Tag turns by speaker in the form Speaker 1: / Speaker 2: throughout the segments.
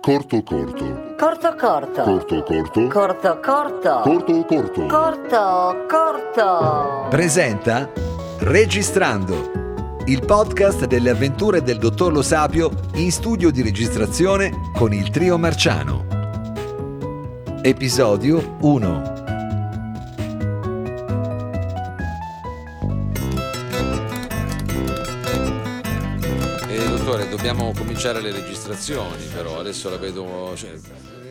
Speaker 1: Corto corto.
Speaker 2: Corto corto.
Speaker 1: Corto corto.
Speaker 2: Corto corto.
Speaker 1: Corto corto.
Speaker 2: Corto corto.
Speaker 3: presenta Registrando, il podcast delle avventure del dottor Lo Sapio in studio di registrazione con il trio marciano. Episodio 1.
Speaker 4: Eh, dottore, dobbiamo cominciare le registrazioni, però adesso la vedo. cioè,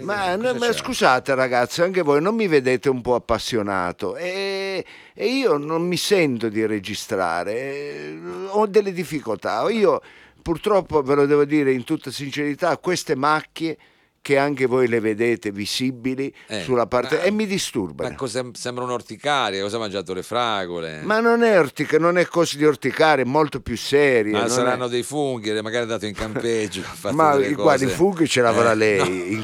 Speaker 5: Ma,
Speaker 4: cosa
Speaker 5: no, ma
Speaker 4: c'è?
Speaker 5: scusate ragazzi, anche voi non mi vedete un po' appassionato e, e io non mi sento di registrare, eh, ho delle difficoltà. Io purtroppo ve lo devo dire in tutta sincerità, queste macchie che anche voi le vedete visibili
Speaker 4: Eh,
Speaker 5: sulla parte...
Speaker 4: ma-
Speaker 5: e mi disturbano.
Speaker 4: Ma cosa, sembra un'orticaria, cosa ha mangiato le fragole?
Speaker 5: Ma non è ortica, non è cose di orticare, è molto più serie.
Speaker 4: Ma
Speaker 5: non è-
Speaker 4: Ah, saranno dei funghi, le magari è andato in campeggio. ha fatto
Speaker 5: Ma
Speaker 4: delle
Speaker 5: guarda, i
Speaker 4: cose.
Speaker 5: funghi ce l'avrà
Speaker 4: Eh,
Speaker 5: lei
Speaker 4: no.
Speaker 5: in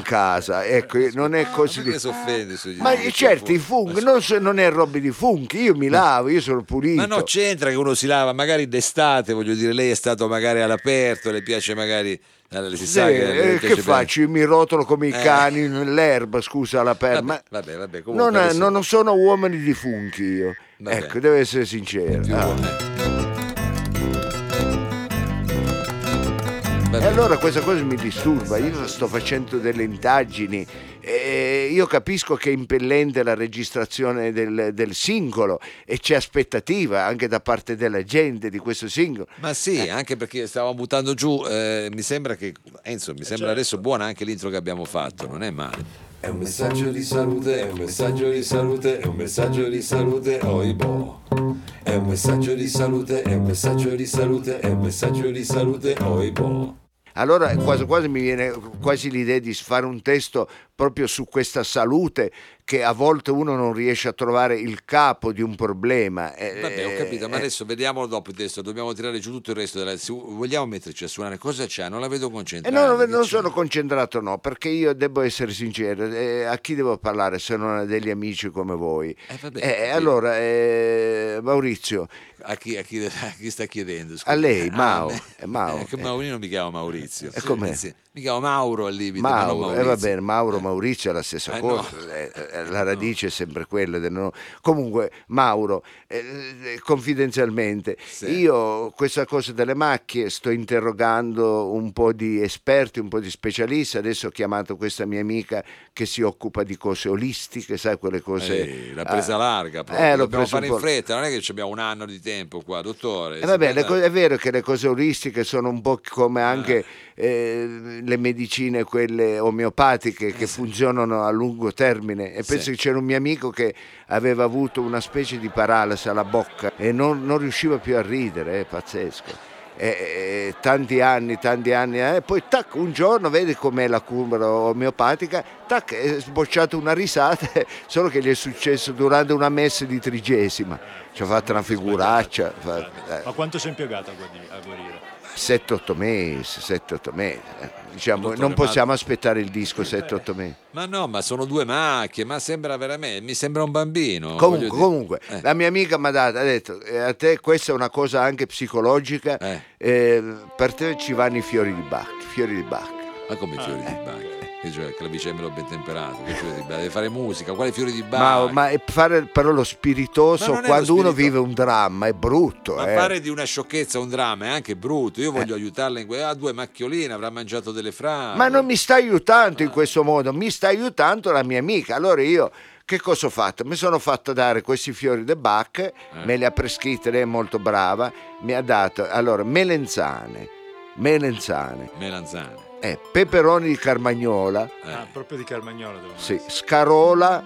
Speaker 5: casa, ecco, non è così
Speaker 4: Perché
Speaker 5: di...
Speaker 4: si offende sugli
Speaker 5: Ma
Speaker 4: sugli
Speaker 5: certo, i funghi, non, so- non è roba di funghi, io mi lavo, io sono pulito.
Speaker 4: Mm. Ma no, c'entra che uno si lava, magari d'estate, voglio dire, lei è stato magari all'aperto, le piace magari. eh, Si
Speaker 5: Sì,
Speaker 4: sa che, le
Speaker 5: eh,
Speaker 4: piace
Speaker 5: che
Speaker 4: bene.
Speaker 5: faccio? Io mi rotolo come i
Speaker 4: Eh.
Speaker 5: cani nell'erba, scusa la
Speaker 4: Vabbè,
Speaker 5: per ma
Speaker 4: vabbè, vabbè, comunque
Speaker 5: non,
Speaker 4: adesso-
Speaker 5: non sono uomini di funghi io.
Speaker 4: Vabbè.
Speaker 5: Ecco, devo essere sincero.
Speaker 4: più
Speaker 5: Ah.
Speaker 4: buone.
Speaker 5: E
Speaker 4: Vabbè.
Speaker 5: allora questa cosa mi disturba, io sto facendo delle indagini, e io capisco che è impellente la registrazione del, del singolo e c'è aspettativa anche da parte della gente di questo singolo.
Speaker 4: Ma sì,
Speaker 6: Eh.
Speaker 4: anche perché stavamo buttando giù, eh, mi sembra che, Enzo,
Speaker 6: Eh,
Speaker 4: mi sembra adesso buona anche l'intro che abbiamo fatto, non è male.
Speaker 6: certo. È un messaggio di salute, è un messaggio di salute, è un messaggio di salute, oibo. È un messaggio di salute, è un messaggio di salute, è un messaggio di salute, oibo.
Speaker 5: Allora quasi quasi mi viene quasi l'idea di fare un testo proprio su questa salute che a volte uno non riesce a trovare il capo di un problema. Eh,
Speaker 4: Vabbè, ho capito, ma
Speaker 5: eh,
Speaker 4: adesso vediamolo dopo il testo, dobbiamo tirare giù tutto il resto della... se vogliamo metterci a suonare, cosa c'è? Non la vedo
Speaker 5: Eh,
Speaker 4: concentrata.
Speaker 5: no, no,
Speaker 4: che
Speaker 5: non
Speaker 4: c'è?
Speaker 5: sono concentrato, no, perché io devo essere sincero, eh, a chi devo parlare se non a degli amici come voi?
Speaker 4: Eh, vabbè,
Speaker 5: Eh,
Speaker 4: sì.
Speaker 5: allora, eh, Maurizio,
Speaker 4: A chi, a chi- a chi sta chiedendo? scusa?
Speaker 5: A lei,
Speaker 4: Ah,
Speaker 5: Mao,
Speaker 4: me.
Speaker 5: eh, Mao.
Speaker 4: Eh, che Mao, io non mi chiamo Maurizio.
Speaker 5: Eh, com'è?
Speaker 4: Anzi, Mi chiamo Mauro al limite. ma non
Speaker 5: Mauro, eh, va
Speaker 4: Maurizio.
Speaker 5: bene, Mauro, Maurizio è la stessa
Speaker 4: Eh,
Speaker 5: cosa,
Speaker 4: no.
Speaker 5: eh, eh, la radice è sempre quella. del no- Comunque, Mauro, eh, eh, confidenzialmente,
Speaker 4: Sì.
Speaker 5: io questa cosa delle macchie sto interrogando un po' di esperti, un po' di specialisti, adesso ho chiamato questa mia amica che si occupa di cose olistiche, sai quelle cose...
Speaker 4: Eh, l'ha presa
Speaker 5: ah,
Speaker 4: larga proprio.
Speaker 5: eh, l'ho
Speaker 4: dobbiamo
Speaker 5: presa un
Speaker 4: fare in
Speaker 5: po'.
Speaker 4: fretta non è che ci abbiamo un anno di tempo qua dottore
Speaker 5: Eh, vabbè,
Speaker 4: si
Speaker 5: le
Speaker 4: parla-
Speaker 5: co- è vero che le cose olistiche sono un po' come anche eh, le medicine, quelle omeopatiche, che funzionano a lungo termine. E
Speaker 4: Sì.
Speaker 5: penso che c'era un mio amico che aveva avuto una specie di paralisi alla bocca e non, non riusciva più a ridere, è pazzesco. E- e- tanti anni, tanti anni, eh, e poi tac, un giorno vedi com'è la cura omeopatica, tac, è sbocciata una risata, solo che gli è successo durante una messa di trigesima, ci ha fatto una figuraccia. fa- eh.
Speaker 7: Ma quanto sei impiegato a guadi- a guarire?
Speaker 5: 7-8 mesi, 7-8 mesi. eh. Diciamo,
Speaker 4: Dottore,
Speaker 5: non
Speaker 4: ma-
Speaker 5: possiamo aspettare il disco 7-8 mesi.
Speaker 4: ma no ma sono due macchie ma sembra veramente mi sembra un bambino
Speaker 5: Comunque,
Speaker 4: voglio dire.
Speaker 5: comunque,
Speaker 4: Eh,
Speaker 5: la mia amica mi ha dato, ha detto, eh, a te questa è una cosa anche psicologica,
Speaker 4: Eh.
Speaker 5: eh, per te ci vanno i fiori di Bach, fiori di Bach.
Speaker 4: ma come i fiori
Speaker 5: Ah, eh.
Speaker 4: di Bach che cioè clavicembalo ben temperato che fiori di Bach deve fare musica quale fiori di
Speaker 5: Ma,
Speaker 4: Bach
Speaker 5: ma è fare però lo
Speaker 4: Ma
Speaker 5: spiritoso,
Speaker 4: non è lo
Speaker 5: quando uno
Speaker 4: spirito-
Speaker 5: vive un dramma, è brutto.
Speaker 4: Ma
Speaker 5: eh.
Speaker 4: fare di una sciocchezza un dramma è anche brutto. Io voglio aiutarla in que- Ha due macchioline, avrà mangiato delle fragole.
Speaker 5: Ma non mi sta aiutando in questo modo, mi sta aiutando la mia amica. Allora io che cosa ho fatto? Mi sono fatto dare questi fiori de Bach,
Speaker 4: Eh.
Speaker 5: me li ha prescritti, lei è molto brava, mi ha dato allora melenzane, melenzane,
Speaker 4: Melanzane.
Speaker 5: eh, peperoni di carmagnola,
Speaker 4: Eh.
Speaker 7: Ah, proprio di Carmagnola devo
Speaker 5: sì, scarola,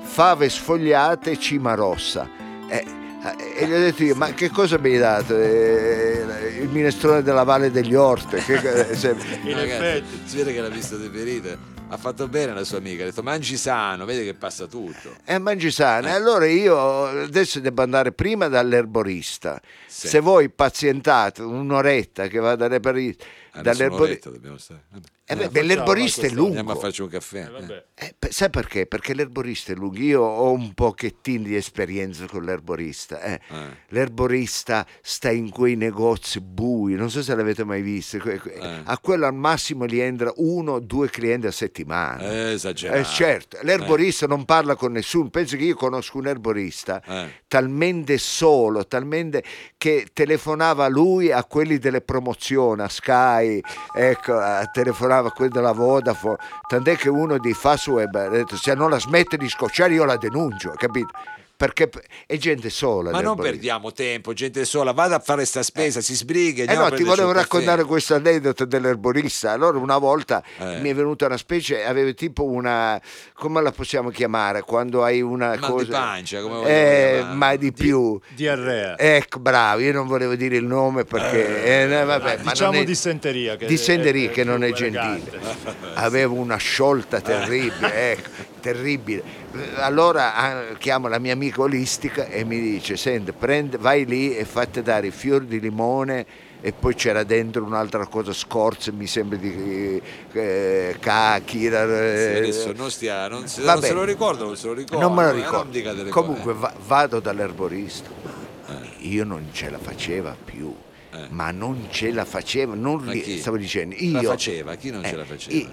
Speaker 5: fave sfogliate, e cima rossa. Eh, eh, e gli ho detto io, ma che cosa mi hai dato? Eh, il minestrone della Valle degli Orte. Che, se-
Speaker 7: In
Speaker 4: Eh, Ragazzi,
Speaker 7: effetti.
Speaker 4: si vede che l'ha vista deperita. Ha fatto bene la sua amica, ha detto mangi sano, vedi che passa tutto.
Speaker 5: E "Eh, mangi sano. Allora io adesso devo andare prima dall'erborista.
Speaker 4: Sì.
Speaker 5: Se voi pazientate un'oretta che vado all'erborista,
Speaker 4: Adesso un'oretta
Speaker 5: dall'erborista,
Speaker 4: dobbiamo stare. Vabbè.
Speaker 5: Eh
Speaker 4: Andiamo
Speaker 5: beh,
Speaker 4: a
Speaker 5: beh,
Speaker 4: farci-
Speaker 5: l'erborista è
Speaker 7: quest'ora,
Speaker 5: lungo.
Speaker 4: Andiamo a farci un caffè.
Speaker 7: Eh, vabbè.
Speaker 5: Eh, per- sai perché? Perché l'erborista è lungo. Io ho un pochettino di esperienza con l'erborista. eh.
Speaker 4: Eh.
Speaker 5: L'erborista sta in quei negozi bui, non so se l'avete mai visto. que- que-
Speaker 4: Eh.
Speaker 5: A quello al massimo gli entra uno o due clienti a settimana.
Speaker 4: Eh, esagerato.
Speaker 5: Eh, certo, l'erborista non parla con nessuno. Penso che io conosco un erborista
Speaker 4: Eh.
Speaker 5: talmente solo, talmente che telefonava lui a quelli delle promozioni, a Sky, ecco, eh, telefonava a quelli della Vodafone. Tant'è che uno di Fastweb ha detto: Se non la smette di scocciare, io la denuncio, capito? Perché p- è gente sola.
Speaker 4: Ma non
Speaker 5: l'erborista.
Speaker 4: perdiamo tempo, gente sola, vada a fare sta spesa, si sbrighi.
Speaker 5: Eh
Speaker 4: andiamo a
Speaker 5: no, ti
Speaker 4: prenderci
Speaker 5: volevo
Speaker 4: un caffè.
Speaker 5: raccontare questo aneddoto dell'erborista. Allora, una volta
Speaker 4: Eh.
Speaker 5: mi è venuta una specie, aveva tipo una. come la possiamo chiamare? Quando hai una
Speaker 4: Mal di
Speaker 5: cosa.
Speaker 4: pancia, come vogliamo
Speaker 5: eh,
Speaker 4: chiamarla.
Speaker 5: ma di
Speaker 7: Di-
Speaker 5: più.
Speaker 7: Diarrea.
Speaker 5: Ecco, bravo, io non volevo dire il nome perché. eh, no, vabbè, ma
Speaker 7: diciamo
Speaker 5: non è-
Speaker 7: dissenteria. Che
Speaker 5: dissenteria
Speaker 7: è- è
Speaker 5: che non
Speaker 7: più
Speaker 5: è gentile.
Speaker 7: elegante. Eh.
Speaker 5: Avevo una sciolta terribile, ecco, terribile. Allora ah, chiamo la mia amica olistica e mi dice, senti, prende- vai lì e fate dare i fiori di limone e poi c'era dentro un'altra cosa scorza, mi sembra di eh, cachi. era-
Speaker 4: Sì, adesso non stia, non, se, non
Speaker 5: Vabbè.
Speaker 4: se lo ricordo, non se lo ricordo.
Speaker 5: eh, Non me lo
Speaker 4: eh, non dica
Speaker 5: ricordo.
Speaker 4: delle
Speaker 5: Comunque
Speaker 4: cose.
Speaker 5: va- vado dall'erborista. Mamma mia, Io non ce la faceva più.
Speaker 4: Eh.
Speaker 5: Ma non ce la faceva, non
Speaker 4: Ma
Speaker 5: ri-
Speaker 4: chi?
Speaker 5: stavo dicendo
Speaker 4: La
Speaker 5: io. Eh,
Speaker 4: faceva? Chi non ce la faceva?
Speaker 5: i-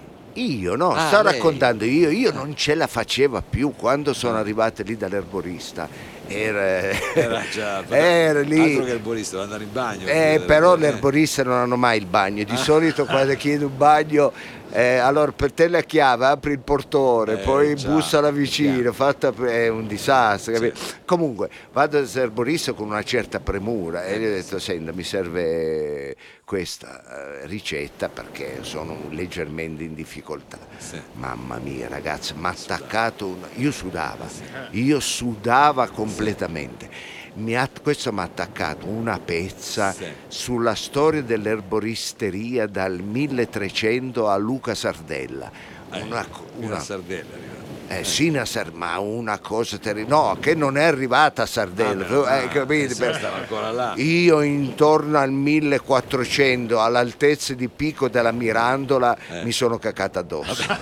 Speaker 5: io no,
Speaker 4: Ah,
Speaker 5: sto
Speaker 4: lei. Eh.
Speaker 5: raccontando io, io non ce la faceva più quando sono arrivate lì dall'erborista. Era,
Speaker 4: Era già
Speaker 5: era lì.
Speaker 4: Altro che il borista, andare in bagno.
Speaker 5: Eh, però gli erboristi non hanno mai il bagno, di solito quando chiedo un bagno, eh, allora per te la chiave, apri il portone,
Speaker 4: Eh,
Speaker 5: poi
Speaker 4: già,
Speaker 5: bussa la vicina,
Speaker 4: chiaro.
Speaker 5: fatta, è un disastro. capito? Comunque vado all'erborista con una certa premura
Speaker 4: Eh.
Speaker 5: e gli ho detto, senta, mi serve questa eh, ricetta perché sono leggermente in difficoltà.
Speaker 4: Sì.
Speaker 5: Mamma mia ragazzi, mi ha attaccato un... Io sudava, io sudava completamente. Mi ha- Questo mi ha attaccato una pezza
Speaker 4: Sì.
Speaker 5: sulla storia dell'erboristeria dal 1300 a Luca Sardella.
Speaker 4: Eh,
Speaker 5: Una, co-
Speaker 4: Una
Speaker 5: una,
Speaker 4: sardella è arrivata.
Speaker 5: eh, sì, una Sar- ma una cosa terribile. No, che non è arrivata a Sardella.
Speaker 4: Ah, meno
Speaker 5: tu- eh,
Speaker 4: male,
Speaker 5: capito?
Speaker 4: eh, sì, stava ancora là.
Speaker 5: Io intorno al 1400, all'altezza di Pico della Mirandola,
Speaker 4: Eh.
Speaker 5: mi sono cacata addosso.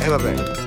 Speaker 5: E vabbè.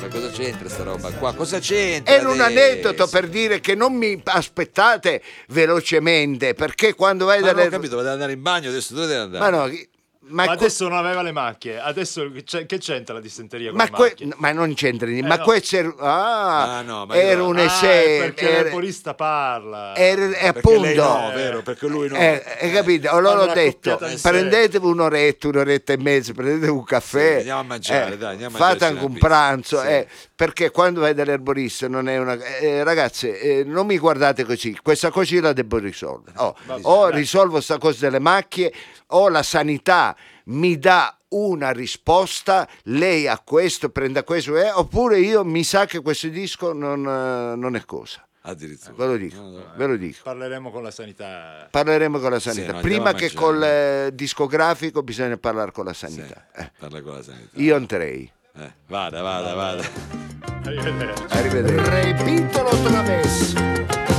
Speaker 4: Ma cosa c'entra sta roba qua? Cosa c'entra?
Speaker 5: Era un
Speaker 4: adesso?
Speaker 5: aneddoto per dire che non mi aspettate velocemente, perché quando vai
Speaker 4: Ma non
Speaker 5: dalle...
Speaker 4: ho capito, deve andare in bagno, adesso dove deve andare?
Speaker 5: Ma no, chi- ma,
Speaker 7: Ma
Speaker 5: que-
Speaker 7: adesso non aveva le macchie, adesso c'è- che c'entra la dissenteria con
Speaker 5: ma
Speaker 7: le
Speaker 5: que-
Speaker 7: macchie?
Speaker 5: ma non c'entra niente,
Speaker 7: Eh,
Speaker 5: ma
Speaker 7: no.
Speaker 5: questo era, ah,
Speaker 4: Ah, no, ma
Speaker 5: era
Speaker 4: io-
Speaker 5: un
Speaker 7: Ah, è
Speaker 5: esempio.
Speaker 7: perché
Speaker 5: era-
Speaker 7: l'erborista parla.
Speaker 5: era- e
Speaker 4: Perché lei no,
Speaker 5: appunto,
Speaker 4: vero? Perché lui no.
Speaker 5: eh, hai capito? Allora
Speaker 7: Fanno
Speaker 5: ho detto,
Speaker 7: l'accoppiata in sé.
Speaker 5: prendetevi un'oretta, un'oretta e mezza, prendetevi un caffè.
Speaker 4: Sì, andiamo a mangiare,
Speaker 5: eh,
Speaker 4: dai, andiamo a
Speaker 5: Fate
Speaker 4: mangiarci
Speaker 5: anche
Speaker 4: una
Speaker 5: un
Speaker 4: pizza.
Speaker 5: pranzo,
Speaker 4: Sì.
Speaker 5: eh, perché quando vai dall'erborista non è una... eh, ragazzi, eh, non mi guardate così, questa cosa io la devo
Speaker 4: Eh,
Speaker 5: risolvere. Oh, o risolvo sta cosa delle macchie, o la sanità mi dà una risposta, lei a questo, prenda questo, eh, oppure io mi sa che questo disco non, eh, non è cosa.
Speaker 4: Addirittura.
Speaker 5: Ve lo dico,
Speaker 4: Eh, No, eh. no.
Speaker 5: ve lo dico.
Speaker 7: Parleremo con la sanità.
Speaker 5: Parleremo con la
Speaker 4: Sì,
Speaker 5: sanità.
Speaker 4: no, andiamo
Speaker 5: Prima
Speaker 4: a
Speaker 5: che
Speaker 4: mangiare.
Speaker 5: col eh, discografico bisogna parlare con la
Speaker 4: Sì,
Speaker 5: sanità. Eh,
Speaker 4: Parla con la sanità.
Speaker 5: Io entrei.
Speaker 4: Eh, vada, vada, vada.
Speaker 7: Arrivederci.
Speaker 5: Arrivederci. Repitolo traverso.